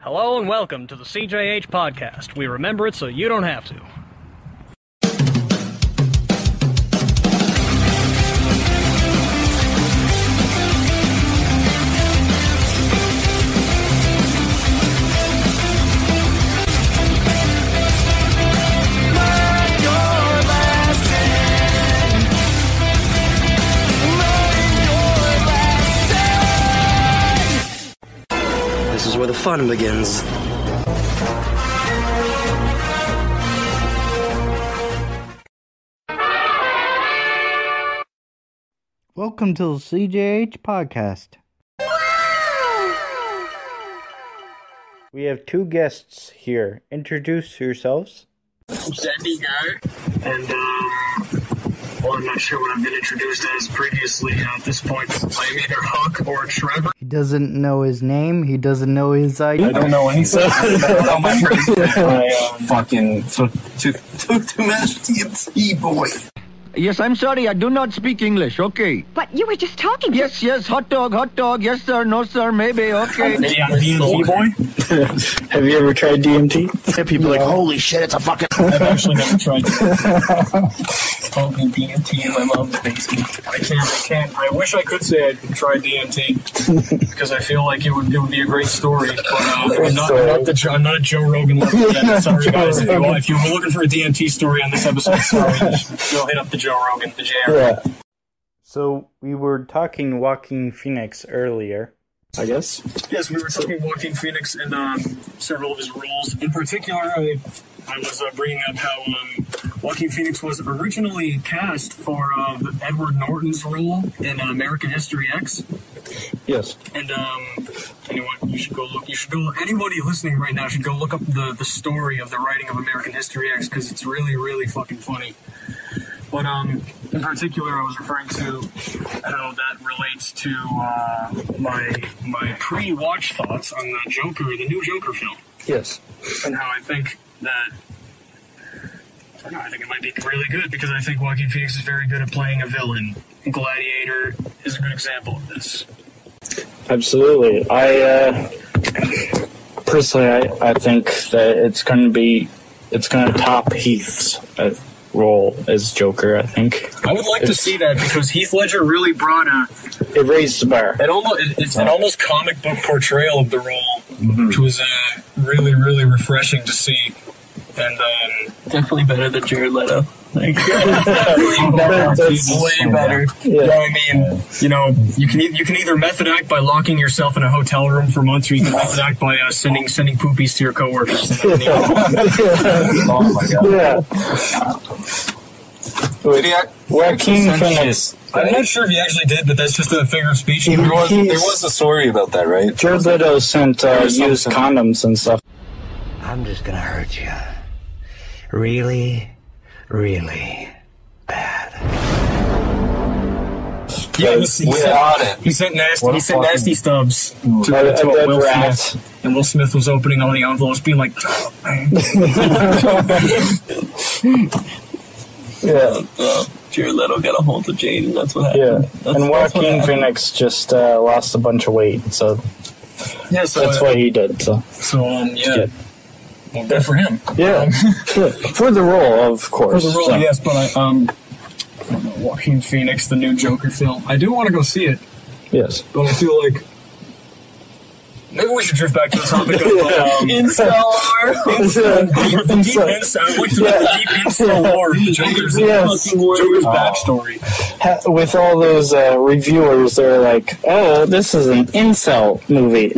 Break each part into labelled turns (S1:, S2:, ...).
S1: Hello and welcome to the CJH podcast. We remember it so you don't have to.
S2: This is where the fun begins.
S3: Welcome to the CJH podcast. We have two guests here. Introduce yourselves.
S4: Zendigo, and um, well, I'm not sure what I've been introduced as previously uh, at this point. I'm either Huck or Trevor.
S3: He doesn't know his name. He doesn't know his ID.
S4: I don't know any such. I don't know my first name. I, um,
S5: fucking took too, took too much TNT, boy.
S6: Yes, I'm sorry, I do not speak English, okay.
S7: But you were just talking.
S6: Yes, yes, hot dog, hot dog, yes sir, no sir, maybe, okay.
S4: maybe I'm DMT boy. Have you ever tried DMT?
S5: People like, holy shit, it's a fucking.
S4: I've actually never tried. Smoking DMT in my mom's basement. I can't. I can't. I wish I could say I tried DMT because I feel like it would it would be a great story. But uh, I'm, not, I'm not the Jo- I'm not a Joe Rogan level yet. Sorry guys. If you, want- if you were looking for a DMT story on this episode, sorry, go hit up the Joe Rogan, the JR.
S5: Yeah,
S3: So we were talking Walking Phoenix earlier.
S5: I guess.
S4: Yes, we were talking Walking Phoenix and um, several of his roles. In particular, I, I was uh, bringing up how um, Walking Phoenix was originally cast for uh, Edward Norton's role in uh, American History X.
S5: Yes.
S4: And um, anyone, you should go look. You should go. Anybody listening right now should go look up the the story of the writing of American History X because it's really, really fucking funny. But um, in particular, I was referring to how that relates to uh, my my pre-watch thoughts on the Joker, the new Joker film,
S5: Yes.
S4: and how I think that. I don't know, I think it might be really good because I think Joaquin Phoenix is very good at playing a villain. Gladiator is a good example of this.
S8: Absolutely. I uh, personally, I, I think that it's going to be, it's going to top Heath's uh, role as Joker. I think
S4: I would like to see that because Heath Ledger really brought a
S8: it raised the bar.
S4: it almost it, it's an almost comic book portrayal of the role, which was uh, really really refreshing to see, and um, definitely better than Jared Leto. Like, way better.
S8: That's-
S4: way better. You know what I mean? You know, you can e- you can either method act by locking yourself in a hotel room for months, or you can method act by uh, sending sending poopies to your coworkers.
S5: Oh my god.
S8: Yeah. Joaquin Phoenix.
S5: Phoenix.
S4: I'm not sure if he actually did, but that's just a figure of speech.
S8: He-
S5: There was, there
S8: he's-
S5: was a story about that, right?
S8: Jared Leto sent uh,
S5: Or something.
S8: used condoms and stuff.
S2: I'm just gonna hurt you. Really, really.
S4: Yeah, he, he
S5: Without
S4: sent,
S5: it.
S4: he sent nasty.
S5: What
S4: He
S5: a
S4: sent
S5: fucking-
S4: nasty stubs to, to
S8: A- a
S4: uh,
S8: dead
S4: Will
S8: rat.
S4: Smith, and Will Smith was opening all the envelopes, being like, "Oh,
S8: Yeah.
S4: "Jared Leto got a hold of Jade, and that's what
S8: Yeah. And Joaquin Phoenix just uh, lost a bunch of weight, so
S4: Yeah, so
S8: that's
S4: uh,
S8: what he did. So
S4: So um, yeah,
S8: Good.
S4: well, good for him.
S8: yeah, for the role, of
S4: For
S8: course.
S4: the role,
S8: So-
S4: yes, but I um, I don't know, Joaquin Phoenix, the new Joker film. I do want to go see it,
S8: Yes.
S4: but I feel like. Maybe we should drift back to the topic of um, deep, deep insight. I went to the deep insight lore of the Joker's, Oh.
S8: Yes.
S4: Joker's backstory.
S8: ha- with all those uh, reviewers, they're like, "Oh, this is an incel movie."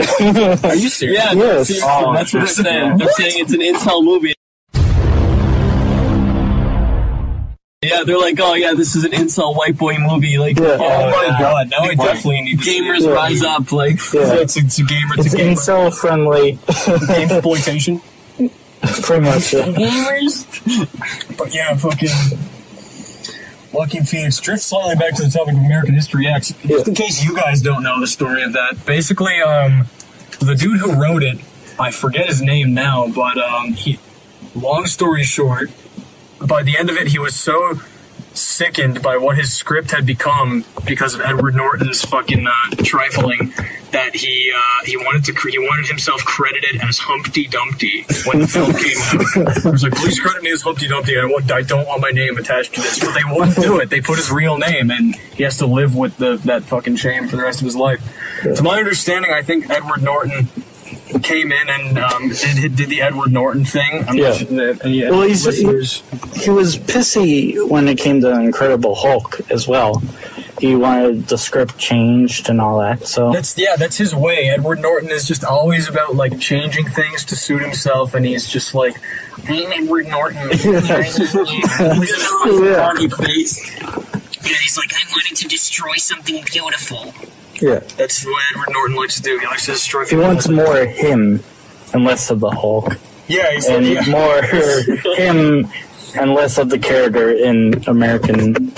S4: Are you serious? Yeah,
S8: Yes. Oh,
S4: that's what they're saying. They're saying it's an intel movie. Yeah, they're like, oh yeah, this is an incel white boy movie. Like,
S8: Yeah.
S4: oh my god, now I definitely need to gamers rise up. Like,
S8: Yeah.
S4: it's, it's a gamer, it's,
S8: it's
S4: a gamer
S8: incel friendly,
S4: game exploitation.
S8: pretty much. yeah.
S4: Gamers, but yeah, fucking. Joaquin Phoenix drift slightly back to the topic of American History X. Just in case you guys don't know the story of that, basically, um, the dude who wrote it, I forget his name now, but um, he, long story short, by the end of it, he was so sickened by what his script had become because of Edward Norton's fucking uh, trifling that he uh, he wanted to cre- he wanted himself credited as Humpty Dumpty when the film came out. He was like, please credit me as Humpty Dumpty. I want I don't want my name attached to this, but they wouldn't do it. They put his real name, and he has to live with the that fucking shame for the rest of his life. To my understanding, I think Edward Norton came in and um, did did the Edward Norton thing. I'm
S8: Yeah.
S4: not sure that any
S8: Well, he's-
S4: listeners-
S8: He was pissy when it came to Incredible Hulk as well. He wanted the script changed and all that. So
S4: That's yeah, that's his way. Edward Norton is just always about like changing things to suit himself, and he's just like, "I'm Edward Norton." He's an awesome
S8: Yeah.
S4: party face.
S7: Yeah, he's like, I wanted to destroy something beautiful.
S8: yeah,
S4: That's what Edward Norton likes to do. He likes to destroy.
S8: he
S4: people.
S8: wants more of him and less of the Hulk,
S4: Yeah, he's like,
S8: and
S4: yeah.
S8: more him and less of the character in American.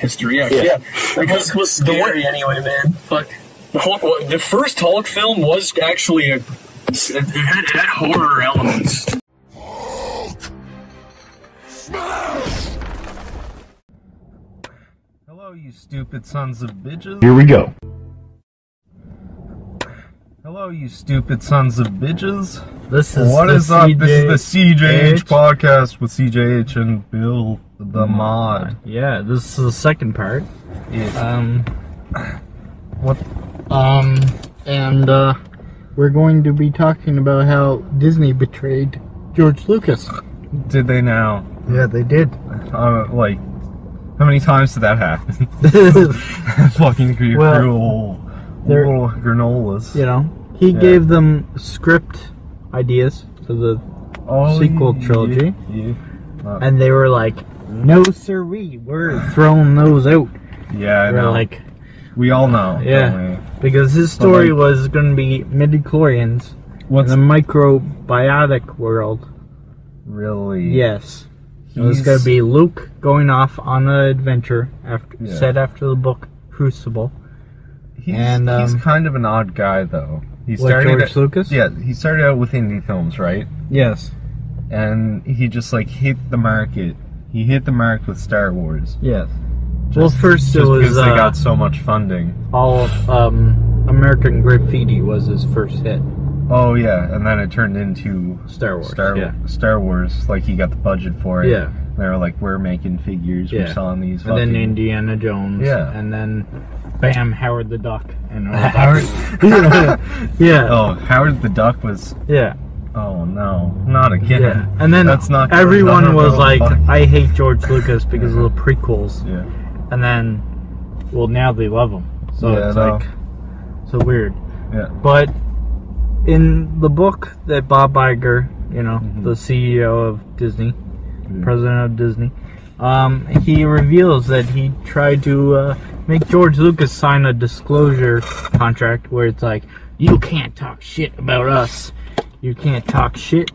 S4: history. Yeah,
S8: Yeah.
S4: yeah. Because was scary the, anyway, man. Fuck. The Hulk. wa- The first Hulk film was actually a. It had, it had horror elements.
S9: Hello, you stupid sons of bitches.
S10: Here we go.
S9: Hello, you stupid sons of bitches.
S11: This is
S9: What
S11: the
S9: is up? This
S11: CJ
S9: is the CJH
S11: H.
S9: podcast with CJH and Bill the Mod.
S11: Mm, uh, Yeah, this is the second part. Um, what? Um, and uh, we're going to be talking about how Disney betrayed George Lucas.
S9: Did they now?
S11: Yeah, they did.
S9: Uh, like, how many times did that happen? Fucking cruel,
S11: Well,
S9: cruel
S11: there-
S9: little granolas.
S11: you know, he
S9: Yeah.
S11: gave them script ideas for the
S9: Oh,
S11: sequel
S9: yeah,
S11: trilogy.
S9: Yeah. Uh,
S11: and they were like, "No, sir, we we're throwing those out."
S9: yeah, I
S11: We're
S9: know.
S11: like,
S9: we all know.
S11: Yeah.
S9: don't
S11: because his
S9: But, like-
S11: story was going to be midi chlorians
S9: we? What's
S11: in the microbiotic world.
S9: really?
S11: Yes, it was
S9: He's-
S11: going to be Luke going off on an adventure after
S9: Yeah.
S11: set after the book Crucible.
S9: He's,
S11: And,
S9: he's
S11: um,
S9: kind of an odd guy, though. He
S11: Like
S9: started
S11: George
S9: out,
S11: Lucas?
S9: Yeah, he started out with indie films, right?
S11: Yes.
S9: And he just like hit the market. He hit the mark with Star Wars.
S11: Yes. well, first
S9: Just
S11: it was
S9: because
S11: uh,
S9: they got so much funding.
S11: all um, American Graffiti was his first hit.
S9: Oh yeah, and then it turned into
S11: Star Wars.
S9: Star,
S11: yeah.
S9: Star Wars. Like he got the budget for it.
S11: Yeah.
S9: And they were like, we're making figures.
S11: Yeah.
S9: We're selling these.
S11: And then
S9: fucking-
S11: Indiana Jones.
S9: Yeah.
S11: And then, bam, Howard the Duck. And all that. yeah.
S9: Oh, Howard the Duck was.
S11: Yeah.
S9: Oh no, not again.
S11: Yeah. And then
S9: That's not good.
S11: everyone
S9: Not
S11: was
S9: good.
S11: like, I hate George Lucas because of the prequels.
S9: Yeah.
S11: And then, well, now they love him. So
S9: Yeah,
S11: it's
S9: I know.
S11: like, so weird.
S9: Yeah.
S11: But in the book that Bob Iger, you know,
S9: Mm-hmm.
S11: the CEO of Disney, president of Disney, um, he reveals that he tried to uh, make George Lucas sign a disclosure contract where it's like, you can't talk shit about us. You can't talk shit.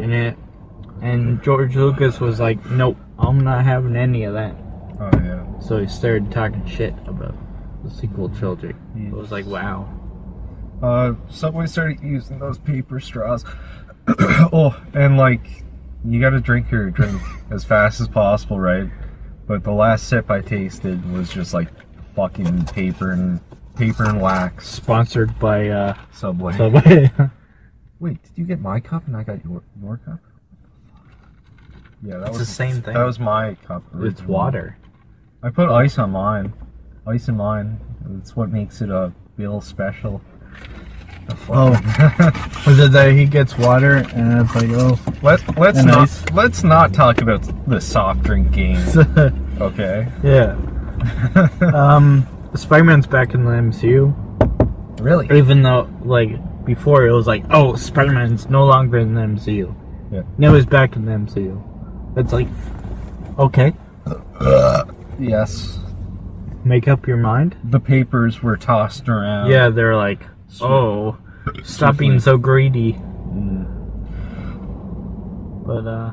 S11: And it, and George Lucas was like, nope, I'm not having any of that.
S9: Oh yeah.
S11: So he started talking shit about the sequel trilogy. It was like, wow.
S9: uh, Subway started using those paper straws. oh, and like, you gotta drink your drink as fast as possible, right? But the last sip I tasted was just like fucking paper and paper and wax
S11: Sponsored by uh,
S9: Subway.
S11: Subway.
S9: Wait, did you get my cup and I got your your cup? Yeah, that
S11: It's
S9: was
S11: the same thing.
S9: That was my cup.
S11: It's
S9: originally.
S11: water.
S9: I put ice on mine. Ice in mine. That's what makes it a Bill special. Oh.
S11: Was it that he gets water and it's like, oh,
S9: Let, let's
S11: And
S9: not
S11: ice.
S9: let's not talk about the soft drink game. okay.
S11: yeah. um, Spider-Man's back in the MCU.
S9: Really?
S11: Even though, like before, it was like, oh, Spider-Man's no longer in the MCU.
S9: Yeah.
S11: Now he's back in the MCU. It's like, okay,
S9: Yes.
S11: make up your mind.
S9: The papers were tossed around.
S11: yeah, they're like, oh, stop being so greedy.
S9: Hmm.
S11: But uh,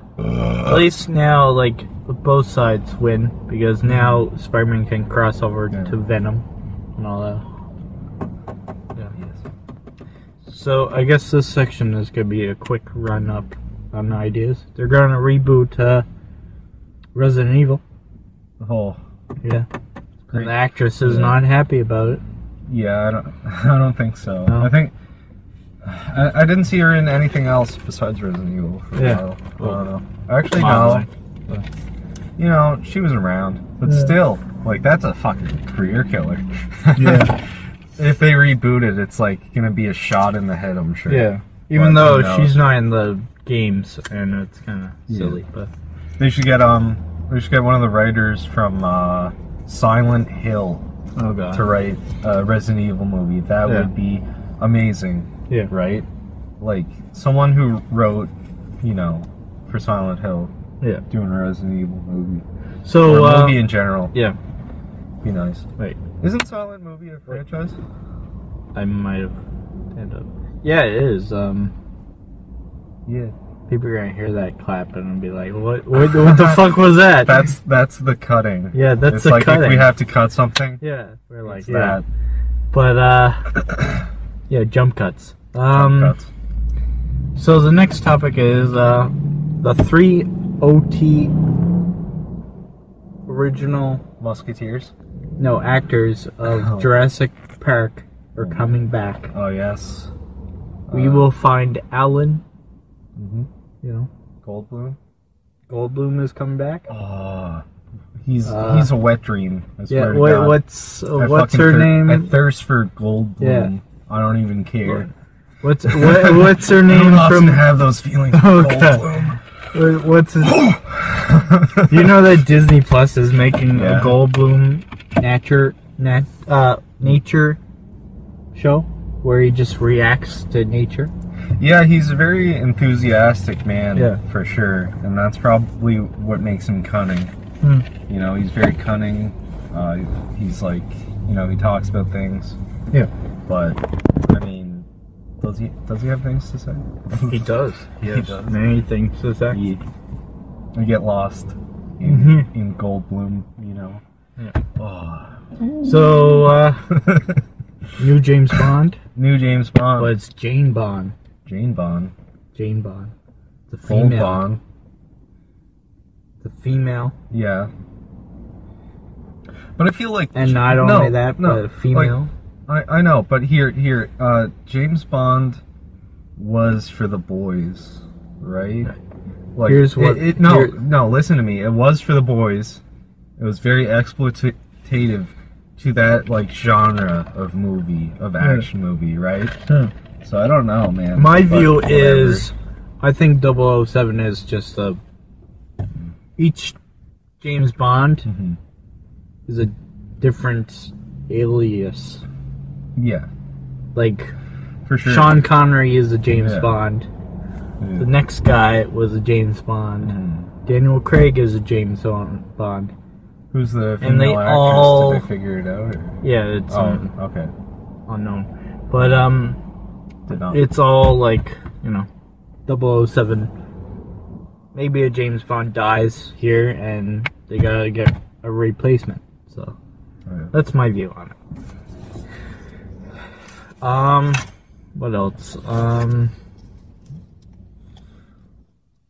S11: at least now, like both sides win because now Spider-Man can cross over
S9: Hmm. Yeah.
S11: to Venom and all that. Yeah. So I guess this section is gonna be a quick run up on ideas. They're gonna reboot uh, Resident Evil.
S9: Oh.
S11: Yeah.
S9: Great.
S11: And the actress is
S9: Yeah.
S11: not happy about it.
S9: Yeah, I don't. I don't think so. I think I, I didn't see her in anything else besides Resident Evil for a
S11: Yeah.
S9: while.
S11: Well,
S9: I don't know. Actually, no.
S11: oddly.
S9: You know, she was around, but
S11: Yeah.
S9: still, like that's a fucking career killer.
S11: Yeah.
S9: if they reboot it, it's like gonna be a shot in the head. I'm sure.
S11: Yeah.
S9: But
S11: Even though
S9: who knows?
S11: she's not in the games, and it's kind of
S9: Yeah.
S11: silly, but
S9: They should get um. They should get one of the writers from uh, Silent Hill
S11: oh god,
S9: to write a Resident Evil movie. That
S11: Yeah.
S9: would be amazing.
S11: Yeah.
S9: Right. Like someone who wrote, you know, for Silent Hill,
S11: Yeah.
S9: doing a Resident Evil movie
S11: So
S9: or a
S11: uh,
S9: movie in general.
S11: yeah.
S9: Be nice.
S11: Wait,
S9: Isn't Silent Movie a franchise?
S11: I might have end up. Yeah, it is. Um,
S9: Yeah.
S11: people are gonna hear that clap and be like, "What? What, what the fuck was that?"
S9: That's that's the cutting.
S11: Yeah, that's
S9: it's
S11: the
S9: like if we
S11: cutting.
S9: have to cut something.
S11: yeah. We're like
S9: it's
S11: yeah.
S9: that.
S11: but uh, yeah, jump cuts. Um,
S9: Cuts.
S11: So the next topic is uh, the three OT original
S9: Musketeers.
S11: no actors of
S9: Oh.
S11: Jurassic Park are coming back.
S9: Oh yes.
S11: we
S9: Uh,
S11: will find Alan.
S9: Mhm.
S11: You know,
S9: Goldblum.
S11: Goldblum is coming back.
S9: Ah, he's
S11: Uh,
S9: he's a wet dream. I
S11: yeah.
S9: swear to
S11: What,
S9: Oh God.
S11: what's
S9: I
S11: what's
S9: fucking
S11: her
S9: thir-
S11: name?
S9: I thirst for Goldblum.
S11: Yeah.
S9: I don't even care.
S11: What's what, what's her
S9: I
S11: name
S9: don't often
S11: from?
S9: have those feelings.
S11: Oh,
S9: Oh,
S11: God.
S9: Goldblum.
S11: what- What's his, you know that Disney Plus is making
S9: Yeah.
S11: a Goldblum nature nat, uh, nature show where he just reacts to nature.
S9: Yeah, he's a very enthusiastic man,
S11: Yeah.
S9: for sure, and that's probably what makes him cunning.
S11: Hmm.
S9: You know, he's very cunning. Uh, he's like, you know, he talks about things.
S11: Yeah.
S9: But I mean, does he does he have things to say?
S11: He does.
S9: He does.
S11: Many things to say.
S9: You, you get lost in,
S11: Mhm.
S9: in Goldblum, you know.
S11: Yeah.
S9: Oh.
S11: So uh, new James Bond,
S9: New James Bond.
S11: but it's Jane Bond.
S9: Jane Bond.
S11: Jane Bond, the
S9: Gold
S11: female.
S9: Bond.
S11: The female,
S9: Yeah. But I feel like
S11: and not
S9: no,
S11: only that,
S9: no,
S11: but a female.
S9: Like, I I know, but here here uh James Bond was for the boys, right? Like
S11: Here's what-
S9: it, it- no
S11: here-
S9: no listen to me. It was for the boys. It was very exploitative to that like genre of movie of
S11: Hmm.
S9: action movie, right?
S11: Yeah.
S9: So I don't know, man.
S11: Hmm. My
S9: But
S11: view
S9: whatever.
S11: is, I think 007 is just a. Each James Bond
S9: Mhm.
S11: is a different alias.
S9: yeah,
S11: Like
S9: for sure.
S11: Sean Connery is a James
S9: Yeah.
S11: Bond.
S9: Yeah.
S11: The next guy was a James Bond.
S9: Mhm.
S11: Daniel Craig is a James Bond. Bond.
S9: Who's the female
S11: And they
S9: actress?
S11: all-
S9: Did they figure it out? Or?
S11: Yeah, it's um,
S9: Oh, okay.
S11: unknown. But um,
S9: Did not.
S11: it's all like you know, 007. Maybe a James Bond dies here, and they gotta get a replacement. So.
S9: Oh, Yeah.
S11: That's my view on it. Um, what else? Um,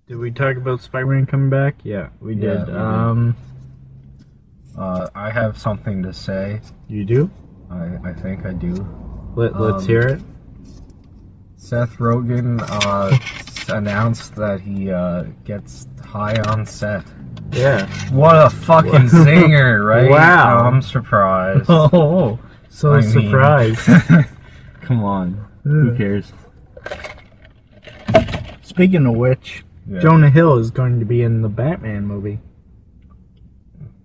S11: did we talk about Spider-Man coming back? Yeah, we
S9: Yeah,
S11: did.
S9: we did.
S11: um,
S9: Uh, I have something to say.
S11: you do?
S9: I, I think I do.
S11: Let, let's
S9: Um,
S11: hear it.
S9: Seth Rogen uh, s- announced that he uh, gets high on set.
S11: Yeah.
S9: What a fucking zinger, right? Oh,
S11: Wow.
S9: I'm surprised.
S11: Oh, so
S9: I mean-
S11: surprised.
S9: Come on. Who cares?
S11: Speaking of which,
S9: Yeah.
S11: Jonah Hill is going to be in the Batman movie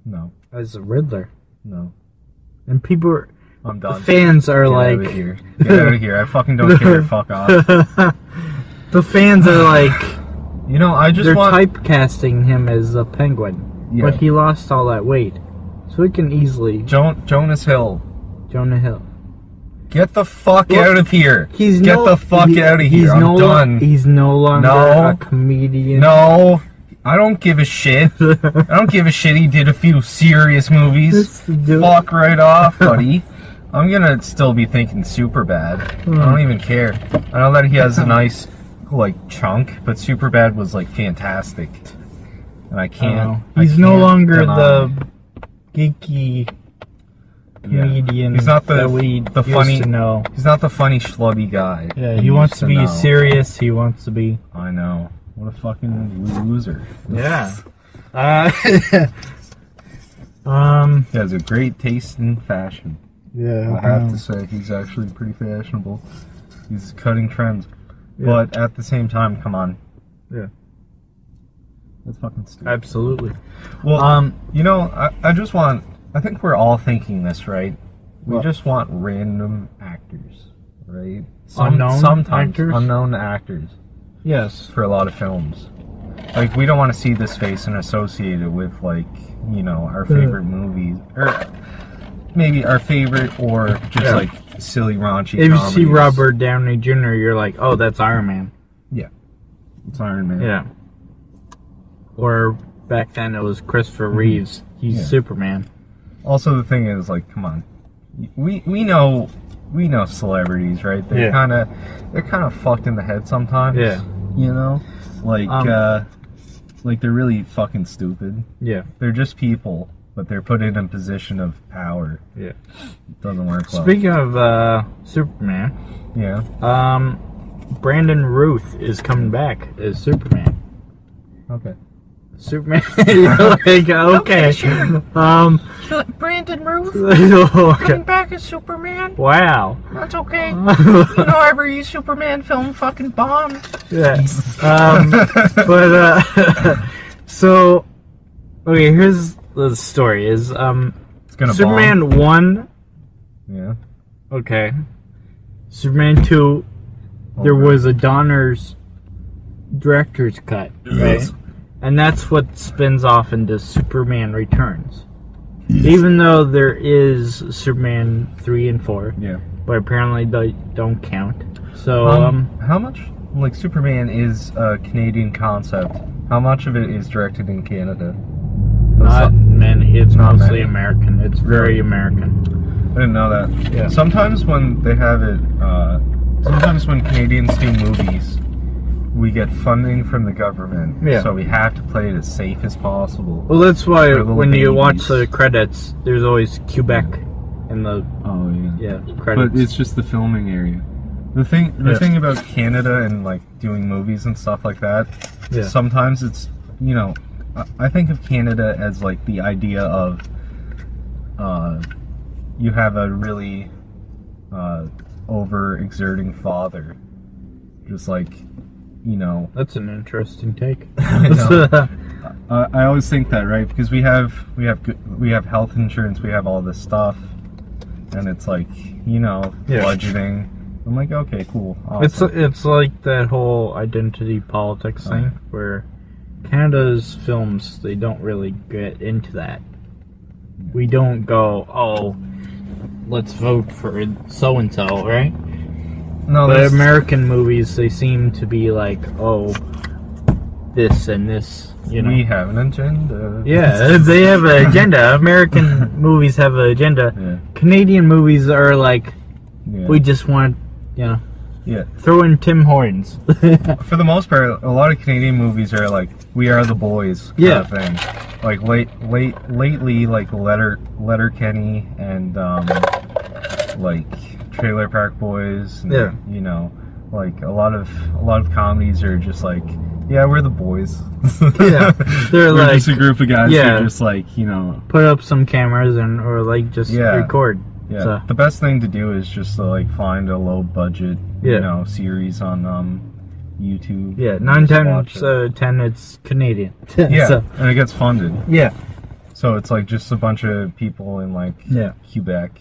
S9: No,
S11: as the Riddler,
S9: no.
S11: and people, are,
S9: I'm
S11: the
S9: done.
S11: fans are
S9: Get
S11: like,
S9: out of here. Get out of here. I fucking don't care. Fuck off.
S11: the fans are like.
S9: You know, I just
S11: They're
S9: want.
S11: typecasting him as a penguin,
S9: yeah.
S11: but he lost all that weight, so he can easily
S9: Jon- Jonas Hill.
S11: Jonah Hill.
S9: Get the fuck
S11: Look,
S9: out of here.
S11: He's
S9: Get
S11: no,
S9: the fuck
S11: he-
S9: out of here.
S11: He's
S9: I'm
S11: no,
S9: done.
S11: He's no longer
S9: No.
S11: a comedian.
S9: No, I don't give a shit. I don't give a shit. He did a few serious movies.
S11: Let's do it.
S9: Fuck right off, buddy. I'm gonna still be thinking super bad. I
S11: Hmm.
S9: don't even care. I know that he has a nice like chunk, but super bad was like fantastic, and I
S11: I don't
S9: can't.
S11: know.
S9: I
S11: He's Oh. no
S9: can't
S11: longer
S9: deny-
S11: the geeky comedian
S9: He's not the
S11: that we
S9: the
S11: used
S9: funny.
S11: to know.
S9: He's not the funny schlubby guy.
S11: Yeah,
S9: we
S11: he wants
S9: used
S11: to be
S9: know.
S11: serious. He wants to be.
S9: I know. What a fucking loser.
S11: Yeah. Uh, um.
S9: He has a great taste in fashion.
S11: Yeah.
S9: I have
S11: no.
S9: to say, he's actually pretty fashionable. He's cutting trends.
S11: Yeah.
S9: But at the same time, come on.
S11: Yeah.
S9: That's fucking stupid.
S11: Absolutely.
S9: Well,
S11: Um,
S9: you know, I, I just want. I think we're all thinking this, right? We
S11: What?
S9: just want random actors, right?
S11: Unknown
S9: sometimes
S11: actors?
S9: unknown actors
S11: Yes.
S9: for a lot of films. Like we don't want to see this face and associate it with like you know our favorite movies or maybe our favorite or just
S11: Yeah.
S9: like silly raunchy.
S11: If you see
S9: comedies.
S11: Robert Downey Jr., you're like, oh, that's Iron Man.
S9: it's Iron Man.
S11: Yeah. Or back then it was Christopher Reeves. He's
S9: Yeah.
S11: Superman.
S9: Also, the thing is, like, come on, we we know we know celebrities, right? They're
S11: Yeah.
S9: kind of they're kind of fucked in the head sometimes.
S11: Yeah.
S9: you know, like
S11: Um,
S9: uh, like they're really fucking stupid.
S11: Yeah.
S9: They're just people, but they're put in a position of power.
S11: Yeah.
S9: It doesn't work well.
S11: Speaking of uh, Superman,
S9: yeah,
S11: um, Brandon Ruth is coming back as Superman.
S9: okay.
S11: Superman. You're like, okay. Um,
S9: Brandon Ruth
S11: okay.
S9: back as Superman.
S11: Wow.
S9: That's okay. know, every Superman film fucking bombed.
S11: yeah. Um, but uh, so, okay. Here's the story: is um,
S9: It's gonna
S11: Superman one.
S9: bomb. Yeah.
S11: Okay. Superman two. There
S9: Okay.
S11: was a Donner's director's cut, right? And that's what spins off into Superman Returns. Even though there is Superman three and four,
S9: Yeah.
S11: but apparently they don't count. So
S9: Um,
S11: um
S9: how much like Superman is a Canadian concept? How much of it is directed in Canada?
S11: Not many. It's
S9: Not
S11: mostly
S9: many.
S11: American. It's very American.
S9: I didn't know that.
S11: Yeah.
S9: Sometimes when they have it, uh, sometimes when Canadians do movies, we get funding from the government,
S11: Yeah.
S9: so we have to play it as safe as possible.
S11: Well, that's why
S9: They're little
S11: when you watch
S9: babies.
S11: the credits, there's always Quebec in the
S9: Oh
S11: yeah
S9: But
S11: credits.
S9: it's just the filming area. The thing, the
S11: Yeah.
S9: thing about Canada and like doing movies and stuff like that,
S11: Yeah.
S9: sometimes it's you know, I, I think of Canada as like the idea of, uh, you have a really, uh, over exerting father, just like, you know,
S11: that's an interesting take.
S9: know. uh, I always think that, right? Because we have we have good, we have health insurance, we have all this stuff, and it's like you know
S11: Yeah.
S9: budgeting. I'm like, okay, cool.
S11: it's
S9: Awesome.
S11: it's like that whole identity politics thing where Canada's films they don't really get into that. We don't go oh, let's vote for so and so, right?
S9: no,
S11: but
S9: there's-
S11: American movies, they seem to be like, oh, this and this, you know.
S9: we have an agenda.
S11: yeah, they have an agenda. American movies have an agenda.
S9: yeah,
S11: Canadian movies are like,
S9: yeah.
S11: we just want, you know,
S9: yeah.
S11: throw in Tim Hortons.
S9: For the most part, a lot of Canadian movies are like "We Are the Boys" kind
S11: Yeah.
S9: of thing. Like late, late, lately, like Letter Letter Kenny and um, like Trailer Park Boys. And,
S11: Yeah.
S9: You know, like a lot of a lot of comedies are just like, yeah, we're the boys.
S11: Yeah. They're
S9: We're
S11: like-
S9: just a group of guys
S11: yeah.
S9: who just like you know,
S11: Put up some cameras and or like just
S9: Yeah.
S11: record.
S9: yeah.
S11: So-
S9: The best thing to do is just to, like find a low budget,
S11: Yeah.
S9: you know, series on um, YouTube.
S11: Yeah,
S9: and
S11: nine
S9: just watch
S11: times
S9: it.
S11: uh, ten it's Canadian.
S9: yeah,
S11: So,
S9: and it gets funded.
S11: yeah,
S9: So it's like just a bunch of people in like
S11: yeah.
S9: Quebec,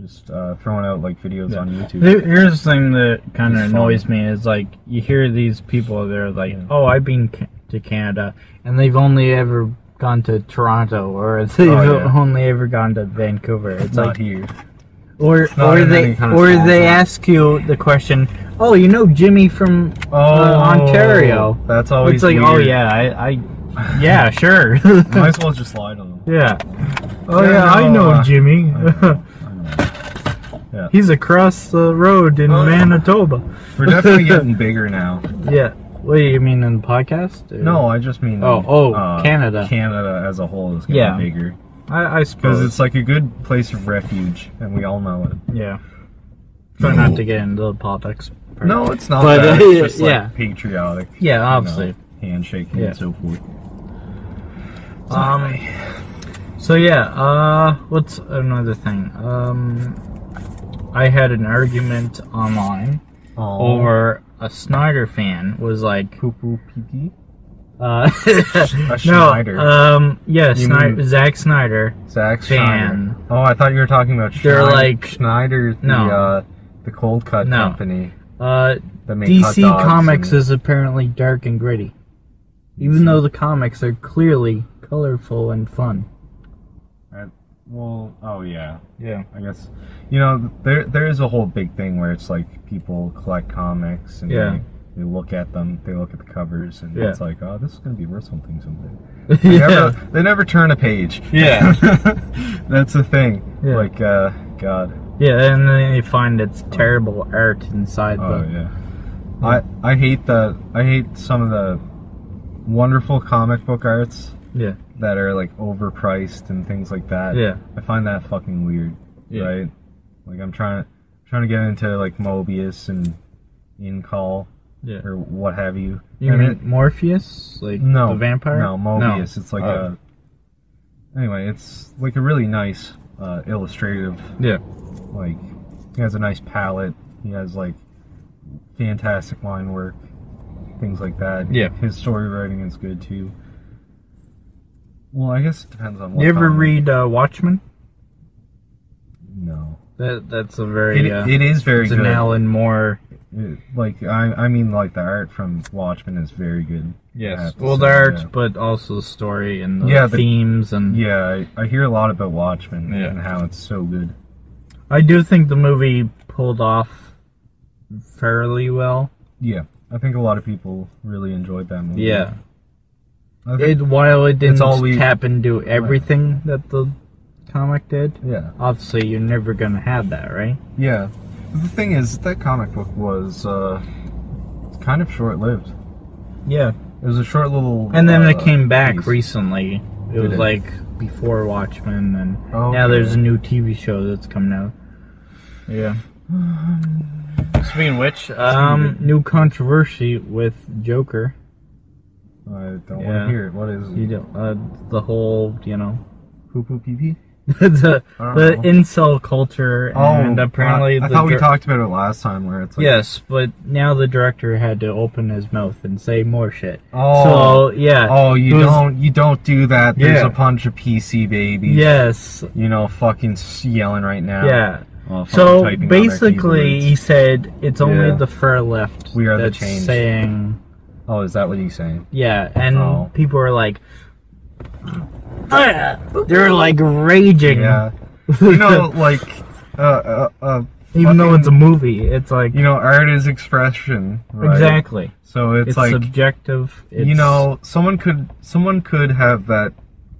S9: just uh, throwing out like videos on YouTube.
S11: Here- Here's the thing that kind of
S9: It's fun.
S11: annoys me is like you hear these people they're like,
S9: Yeah.
S11: "Oh, I've been ca- to Canada," and they've only ever gone to Toronto or they've
S9: Oh, yeah.
S11: only ever gone to Vancouver. It's
S9: It's not
S11: like
S9: here.
S11: or
S9: not
S11: or
S9: in
S11: they
S9: any kind of
S11: or
S9: small
S11: they
S9: town.
S11: ask you the question, "Oh, you know Jimmy from
S9: Oh,
S11: Ontario.
S9: That's always
S11: It's like, "Oh
S9: weird.
S11: yeah, I, I yeah, sure."
S9: Might as well just lie to them.
S11: yeah. Oh
S9: Yeah,
S11: yeah, I
S9: no,
S11: know
S9: uh,
S11: Jimmy.
S9: Yeah.
S11: He's across the road in
S9: Oh, yeah.
S11: Manitoba.
S9: We're definitely getting bigger now.
S11: Yeah. Wait, you mean in the podcast? or-
S9: No, I just mean uh,
S11: Oh, oh, Canada.
S9: Canada as a whole is getting
S11: Yeah. Oh.
S9: bigger.
S11: I, I suppose
S9: because it's like a good place of refuge, and we all know it.
S11: Yeah. Try not to get into the politics. part.
S9: No, it's not.
S11: But,
S9: that.
S11: uh,
S9: It's just like
S11: yeah.
S9: patriotic.
S11: Yeah,
S9: you know,
S11: obviously.
S9: handshaking
S11: Yeah.
S9: and so forth.
S11: Um, so yeah, uh, what's another thing? Um, I had an argument online
S9: Aw.
S11: Oh. over a Snyder fan was like,
S9: Poo-poo pee-pee.
S11: uh,
S9: A
S11: no,
S9: Snyder.
S11: um, yeah,
S9: You
S11: Snyder,
S9: mean-
S11: Zack Snyder.
S9: Zack
S11: Fan.
S9: Snyder. Oh, I thought you were talking about
S11: They're
S9: Schneid-
S11: like-
S9: Schneider, the
S11: No.
S9: uh, the cold cut
S11: No.
S9: company.
S11: Uh,
S9: That make hot
S11: DC
S9: dogs
S11: Comics
S9: and-
S11: is apparently dark and gritty, even though the comics are clearly colorful and fun.
S9: Uh, Well, oh yeah,
S11: Yeah.
S9: I guess you know there there is a whole big thing where it's like people collect comics and
S11: Yeah.
S9: they, they look at them, they look at the covers, and
S11: Yeah.
S9: it's like, oh, this is gonna be worth something someday. They,
S11: yeah.
S9: never, they never turn a page.
S11: Yeah.
S9: that's the thing.
S11: Yeah.
S9: Like, uh, God.
S11: Yeah, and then they find it's terrible art inside
S9: Oh
S11: the.
S9: yeah. I I hate the I hate some of the wonderful comic book arts
S11: Yeah.
S9: that are like overpriced and things like that.
S11: Yeah.
S9: I find that fucking weird.
S11: Yeah.
S9: Right? Like I'm trying to trying to get into like Mobius and In Call
S11: Yeah.
S9: or what have you.
S11: You
S9: And
S11: mean
S9: it-
S11: Morpheus? Like
S9: no
S11: the vampire?
S9: No, Mobius. It's like
S11: Oh.
S9: a anyway, it's like a really nice uh, illustrative
S11: Yeah.
S9: like he has a nice palette he has like fantastic line work things like that
S11: Yeah.
S9: his story writing is good too well i guess it depends on what
S11: You ever
S9: comic.
S11: read uh, Watchmen?
S9: no
S11: That that's a
S9: it,
S11: very uh,
S9: it is very
S11: it's
S9: good
S11: an Alan Moore.
S9: It- like I, I mean like the art from watchmen is very good I have to
S11: Well,
S9: say,
S11: the art,
S9: yeah.
S11: but also the story and the
S9: Yeah, but-
S11: themes and.
S9: yeah, I, I hear a lot about Watchmen
S11: Yeah.
S9: and how it's so good.
S11: I do think the movie pulled off fairly well.
S9: Yeah, I think a lot of people really enjoyed that movie.
S11: Yeah.
S9: I think,
S11: It while it didn't
S9: all we-
S11: tap into everything that the comic did.
S9: yeah.
S11: Obviously, you're never gonna have that, right?
S9: Yeah. But The thing is, that comic book was uh, kind of short lived.
S11: Yeah.
S9: It was a short little.
S11: And then
S9: uh,
S11: it came back
S9: piece.
S11: recently. It was
S9: it?
S11: like before Watchmen, and
S9: Oh,
S11: now there's a
S9: okay.
S11: new TV show that's coming out. Yeah. Speaking of which, um, new controversy with Joker.
S9: I don't want
S11: Yeah.
S9: to hear it. What is
S11: You
S9: it?
S11: know, uh, the whole you know
S9: Poo poo pee pee?
S11: the
S9: I don't
S11: the
S9: know.
S11: incel culture, and apparently
S9: I, Oh, uh, I
S11: the
S9: thought we
S11: dir-
S9: talked about it last time where it's like.
S11: Yes, but now the director had to open his mouth and say more shit.
S9: Oh.
S11: so yeah.
S9: Oh, you
S11: it was-
S9: don't you don't do that. There's
S11: Yeah.
S9: a bunch of PC babies.
S11: Yes,
S9: You know, fucking s- yelling right now.
S11: yeah.
S9: While fucking
S11: So
S9: typing on their
S11: basically, he
S9: keyboards.
S11: said it's only
S9: Yeah.
S11: the far left
S9: We are the
S11: that's
S9: change.
S11: saying
S9: Oh, is that what he's saying?
S11: yeah, and
S9: Oh.
S11: people are like, "Ah!" they're like raging,
S9: Yeah. you know, like. Uh, uh, uh,
S11: even though
S9: fucking-
S11: it's a movie. It's like
S9: you know, art is expression, right?
S11: exactly,
S9: So it's,
S11: it's,
S9: like
S11: subjective. It's,
S9: you know, someone could someone could have that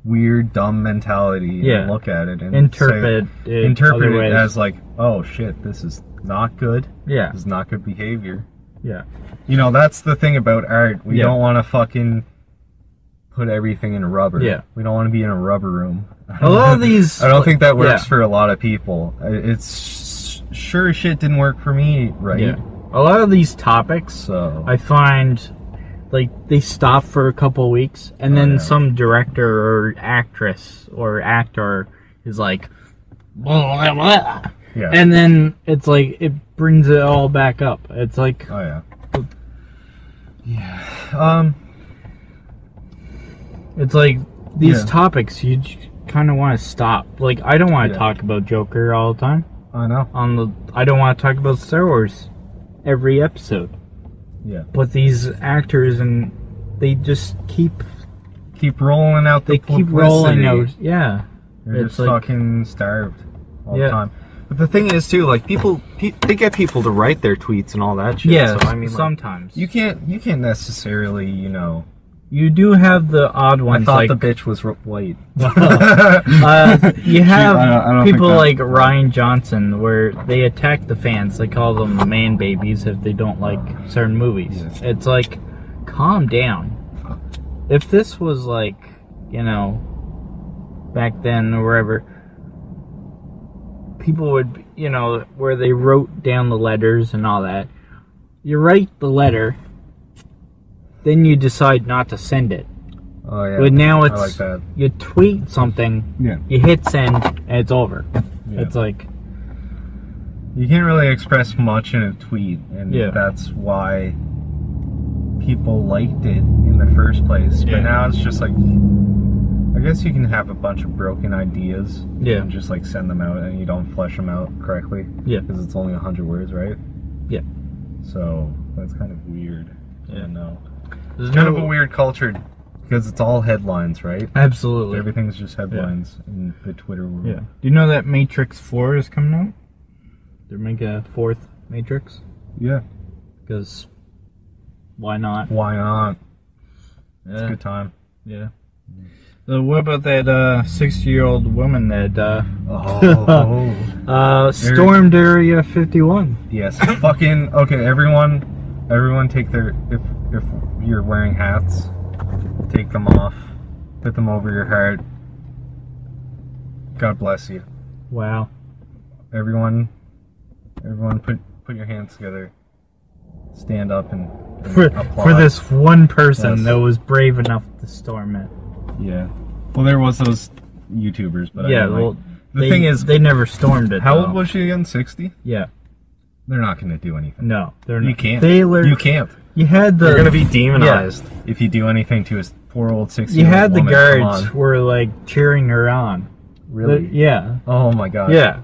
S9: weird dumb mentality
S11: Yeah.
S9: and look at it and
S11: interpret
S9: say,
S11: it
S9: interpret
S11: other
S9: it
S11: ways.
S9: as like, oh shit, this is not good.
S11: yeah,
S9: This is not good behavior.
S11: yeah,
S9: You know, that's the thing about art. We
S11: Yeah.
S9: don't want to fucking put everything in rubber.
S11: Yeah.
S9: We don't want to be in a rubber room.
S11: A lot of these-
S9: I don't think that works
S11: Yeah.
S9: for a lot of people. I- It's sure as shit didn't work for me, right?
S11: yeah. A lot of these topics
S9: So
S11: I find like they stop for a couple weeks and then
S9: Oh, yeah.
S11: some director or actress or actor is like blah, blah, blah.
S9: yeah.
S11: and then it's like it brings it all back up. It's like
S9: Oh yeah. Yeah. Um.
S11: it's like these
S9: Yeah.
S11: topics you kind of want to stop. Like I don't want to
S9: Yeah.
S11: talk about Joker all the time
S9: I know.
S11: on the I don't want to talk about Star Wars every episode.
S9: Yeah.
S11: But these actors and they just keep
S9: Keep rolling out the
S11: they keep
S9: publicity.
S11: rolling out. Yeah.
S9: They're
S11: It's
S9: just
S11: like-
S9: fucking starved all
S11: Yeah.
S9: the time. But the thing is too, like people, pe- they get people to write their tweets and all that shit.
S11: Yeah,
S9: So I mean, like,
S11: sometimes
S9: you can't, you can't necessarily, you know.
S11: you do have the odd
S9: I
S11: ones.
S9: thought
S11: like
S9: the bitch was r- white. Oh,
S11: uh, you have
S9: I don't- I don't think
S11: people
S9: that-
S11: like Ryan Johnson, where they attack the fans. They call them man babies if they don't like certain movies. It's like, calm down. If this was like, you know, back then or wherever, people would, you know, where they wrote down the letters and all that. You write the letter, then you decide not to send it.
S9: Oh yeah.
S11: But now
S9: I
S11: it's
S9: like that.
S11: you tweet something,
S9: Yeah.
S11: you hit send, and it's over.
S9: Yeah.
S11: It's like
S9: You can't really express much in a tweet, and
S11: Yeah.
S9: that's why people liked it in the first place.
S11: Yeah.
S9: But now it's just like, I guess you can have a bunch of broken ideas,
S11: Yeah.
S9: and just like send them out, and you don't flesh them out correctly,
S11: Yeah.
S9: because it's only hundred words, right?
S11: Yeah.
S9: So that's kind of weird.
S11: Yeah.
S9: no.
S11: There's
S9: It's kind
S11: no-
S9: of a weird culture because it's all headlines, right?
S11: Absolutely.
S9: Everything's just headlines in the Twitter world.
S11: Yeah. Do you know that Matrix Four is coming out? They're making a fourth Matrix
S9: Yeah.
S11: because why not?
S9: Why not? It's a
S11: Yeah.
S9: good time.
S11: Yeah. So what about that uh, sixty-year-old woman that uh,
S9: Oh.
S11: uh, stormed Area Fifty One?
S9: Yes, fucking okay. Everyone, everyone, take their if if you're wearing hats, take them off, put them over your heart. God bless you,
S11: Wow.
S9: everyone. Everyone, put put your hands together, stand up and, and
S11: For,
S9: applaud.
S11: for this one person
S9: Yes.
S11: that was brave enough to storm it.
S9: Yeah. Well, there was those YouTubers, but I
S11: yeah.
S9: mean, like,
S11: Well,
S9: the
S11: they-
S9: thing is,
S11: they never stormed it.
S9: how
S11: though.
S9: old was she again? Sixty.
S11: Yeah.
S9: They're not gonna do anything.
S11: No, they're not.
S9: You can't.
S11: They lear-
S9: you can't.
S11: You had the.
S9: You're gonna be demonized if you do anything to a s- poor old sixty.
S11: You had the
S9: woman. Come
S11: guards
S9: on.
S11: were like cheering her on.
S9: Really?
S11: They- Yeah.
S9: Oh my god.
S11: Yeah.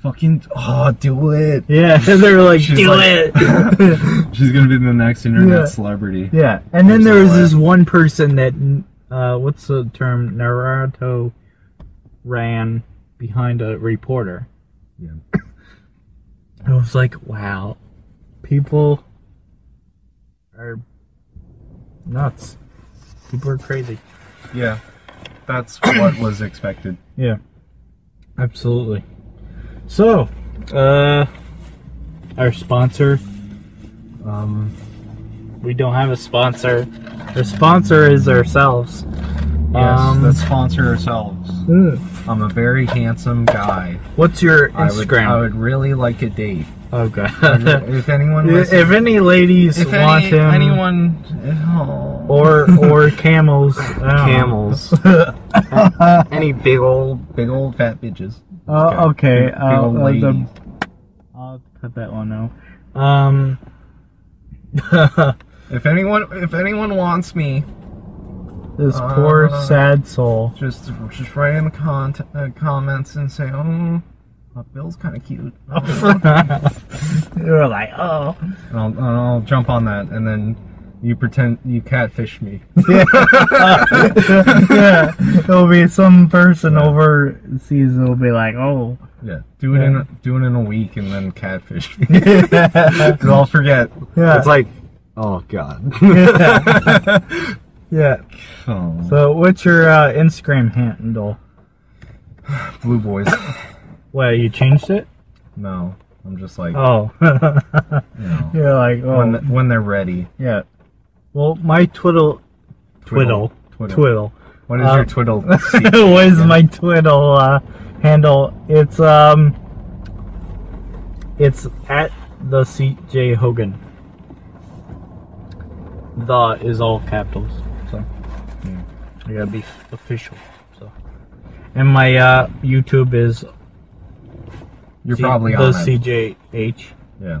S9: Fucking. Oh, do it.
S11: Yeah. they were like,
S9: She's
S11: do
S9: like-
S11: it.
S9: She's gonna be the next internet
S11: Yeah.
S9: celebrity.
S11: yeah. And then there was
S9: There's
S11: this one person that, uh, what's the term? Naruto ran behind a reporter.
S9: Yeah.
S11: I was like, wow, people are nuts. People are crazy.
S9: Yeah. That's what was expected.
S11: Yeah, absolutely. So, uh, our sponsor.
S9: Um,
S11: We don't have a sponsor. Our sponsor is ourselves.
S9: yes,
S11: Um,
S9: let's sponsor ourselves.
S11: mm,
S9: I'm a very handsome guy.
S11: What's your
S9: I would,
S11: Instagram?
S9: I would really like a date.
S11: oh god.
S9: if anyone
S11: if
S9: listens,
S11: if any ladies
S9: if
S11: want
S9: any,
S11: him,
S9: anyone, oh,
S11: or or camels, camels.
S9: camels, any big old, big old fat bitches.
S11: Uh, okay,
S9: Big
S11: I'll,
S9: old
S11: I'll-
S9: ladies.
S11: I'll cut that one out. Um,
S9: If anyone, if anyone wants me,
S11: this poor
S9: Uh,
S11: sad soul.
S9: just just write in the con- uh, comments and say, "Oh, uh, Bill's kind of cute," and,
S11: You're like, oh.
S9: I'll, and I'll jump on that, and then you pretend you catfish me.
S11: yeah, it'll be some person overseas will be like, oh,
S9: Yeah, do it
S11: Yeah.
S9: in do it in a week, and then catfish me. 'Cause I'll forget.
S11: Yeah.
S9: It's like, oh god.
S11: yeah.
S9: Oh,
S11: So, what's your uh, Instagram handle?
S9: blue boys.
S11: Well, you changed it.
S9: No, I'm just like,
S11: Oh,
S9: you know,
S11: you're like, oh,
S9: when the, when they're ready.
S11: yeah. Well, my twiddle, twiddle,
S9: Twiddle.
S11: twiddle.
S9: What is
S11: Uh,
S9: your twiddle?
S11: what is my twiddle uh, handle? It's um, it's at the CJ Hogan. The is all capitals, so
S9: Hmm.
S11: I gotta be official. So, and my uh, YouTube is
S9: You're
S11: C-
S9: probably
S11: the
S9: on it.
S11: CJH,
S9: yeah.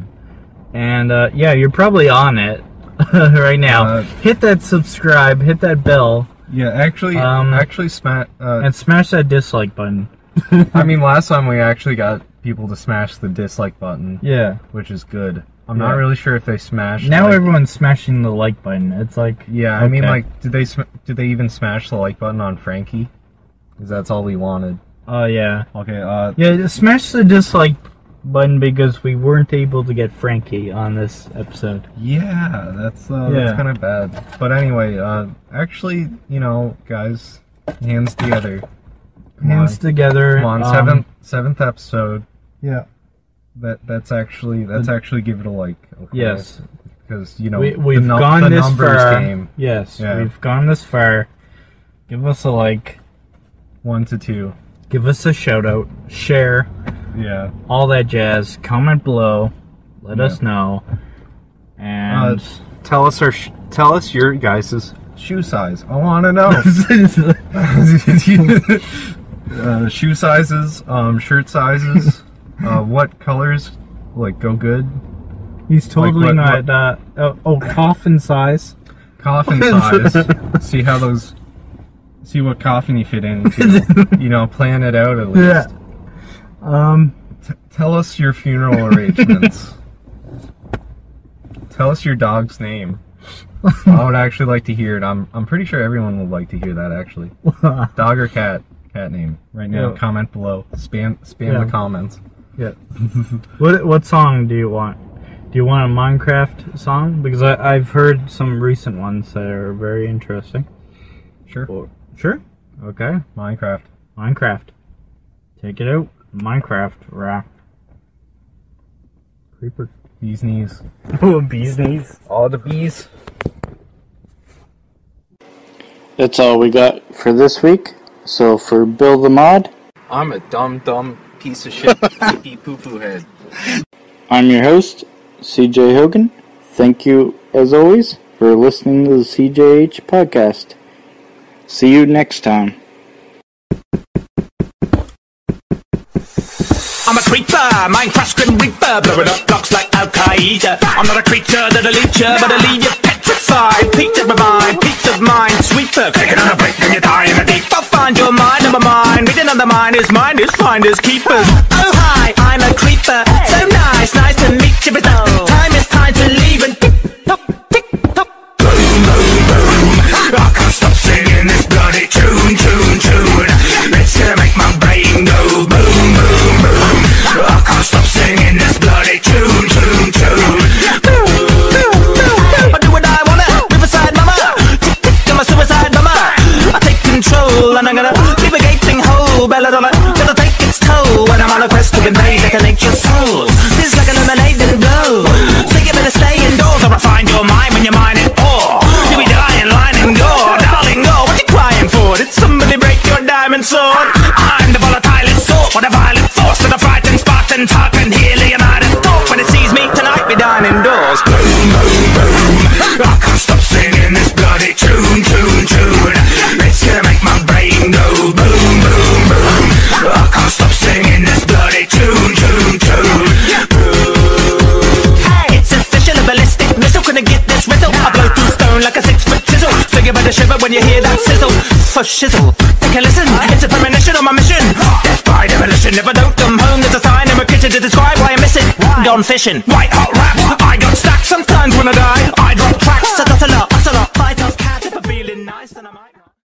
S11: and uh, yeah, you're probably on it right now.
S9: Uh,
S11: hit that subscribe, hit that bell,
S9: Yeah, actually,
S11: Um,
S9: actually, sma- uh,
S11: and smash that dislike button.
S9: I mean, last time we actually got people to smash the dislike button,
S11: Yeah.
S9: which is good. I'm
S11: Yeah.
S9: not really sure if they smashed.
S11: Now
S9: like-
S11: everyone's smashing the like button. It's like
S9: Yeah, I mean,
S11: Okay.
S9: like, did they sm- did they even smash the like button on Frankie? Because that's all we wanted.
S11: oh yeah,
S9: Okay. Uh.
S11: yeah. Smash the dislike button because we weren't able to get Frankie on this episode.
S9: Yeah, that's uh,
S11: Yeah.
S9: that's kind of bad. But anyway, uh, actually, you know, guys, hands together. Come
S11: Hands
S9: on.
S11: together.
S9: Come on,
S11: um,
S9: seventh seventh episode.
S11: Yeah.
S9: That that's actually that's actually give it a like. Okay?
S11: Yes,
S9: Because you know
S11: we
S9: the
S11: we've
S9: nu- the
S11: gone this
S9: numbers
S11: far.
S9: game.
S11: Yes,
S9: Yeah.
S11: we've gone this far. Give us a like.
S9: One to two.
S11: Give us a shout out, share,
S9: yeah,
S11: all that jazz. Comment below, let us know, and
S9: Uh, tell us our sh- tell us your guys's shoe size. I want to know. uh, shoe sizes, um, shirt sizes, uh, what colors like go good.
S11: he's totally
S9: what-
S11: not. Uh, oh, oh, coffin size.
S9: Coffin size. see how those. See what coffin you fit into. you know, plan it out at least.
S11: Um.
S9: Tell us your funeral arrangements. Tell us your dog's name. I would actually like to hear it. I'm I'm pretty sure everyone would like to hear that actually. Dog or cat? Cat name. Right now,
S11: Yeah.
S9: comment below. Spam spam
S11: Yeah.
S9: the comments.
S11: Yeah. what what song do you want? Do you want a Minecraft song? Because I, I've heard some recent ones that are very interesting.
S9: Sure.
S11: Sure. Okay.
S9: Minecraft.
S11: Minecraft. Take it out. Minecraft rap. Creeper.
S9: Bees knees.
S11: Oh, bees knees.
S9: All the bees.
S10: That's all we got for this week. So for Bill the Mod,
S12: I'm a dumb, dumb piece of shit, pee poo poo head.
S10: I'm your host, CJ Hogan. Thank you, as always, for listening to the CJH podcast. See you next time.
S13: I'm a creeper, Minecraft Grim Reaper, blowing up blocks like Al Qaeda. I'm not a creature that'll eat ya, but I'll leave you petrified. Peace of my mind, peace of mind, sweeper. Take it on a break and you die in the deep. I'll find your mind, number mine. Reading on the mind is mine, is finders, keepers. Oh, hi, I'm a creeper. So nice, nice to meet you, but the time is time to leave and tick tock, tick tock. Boom, boom, boom. I can't stop singing this bloody tune, tune, tune. It's gonna make my brain go boom, boom, boom. I can't stop singing this bloody tune, tune, tune. I do what I wanna, Riverside mama. Tick, tick, I'm a suicide mama. I take control and I'm gonna leave a gaping hole. Belladonna, gonna take its toe. And I'm on a quest to invade, detonate your soul. This is like an emanating blow. So you better stay indoors or I find your mind when your mind is poor. You'll be dying, lying and gore. Darling, go, what you crying for? Did somebody break your diamond sword? I'm the volatile sort, what a violent force. To the frightened Spartan, Tarkin, here, Leonidas, talk. When it sees me tonight, be dying indoors. Boom, boom, boom. I can't stop singing this bloody tune, tune, tune. It's gonna make my brain go boom, boom, boom. I can't stop singing this bloody tune, tune, tune. Hey, it's official, a ballistic missile. Gonna get this rizzle. I blow through stone like a six foot chisel. So you better shiver when you hear that sizzle. For shizzle, take a listen. It's a premonition on my mission. Death by demolition. If I don't come home, there's a sign in my kitchen to describe why I'm missing. Gone fishing. White hot raps. I got stacked sometimes when I die. I drop tracks. Da da da da. Hustle up. Fight off cat if I'm feeling nice. Then I might.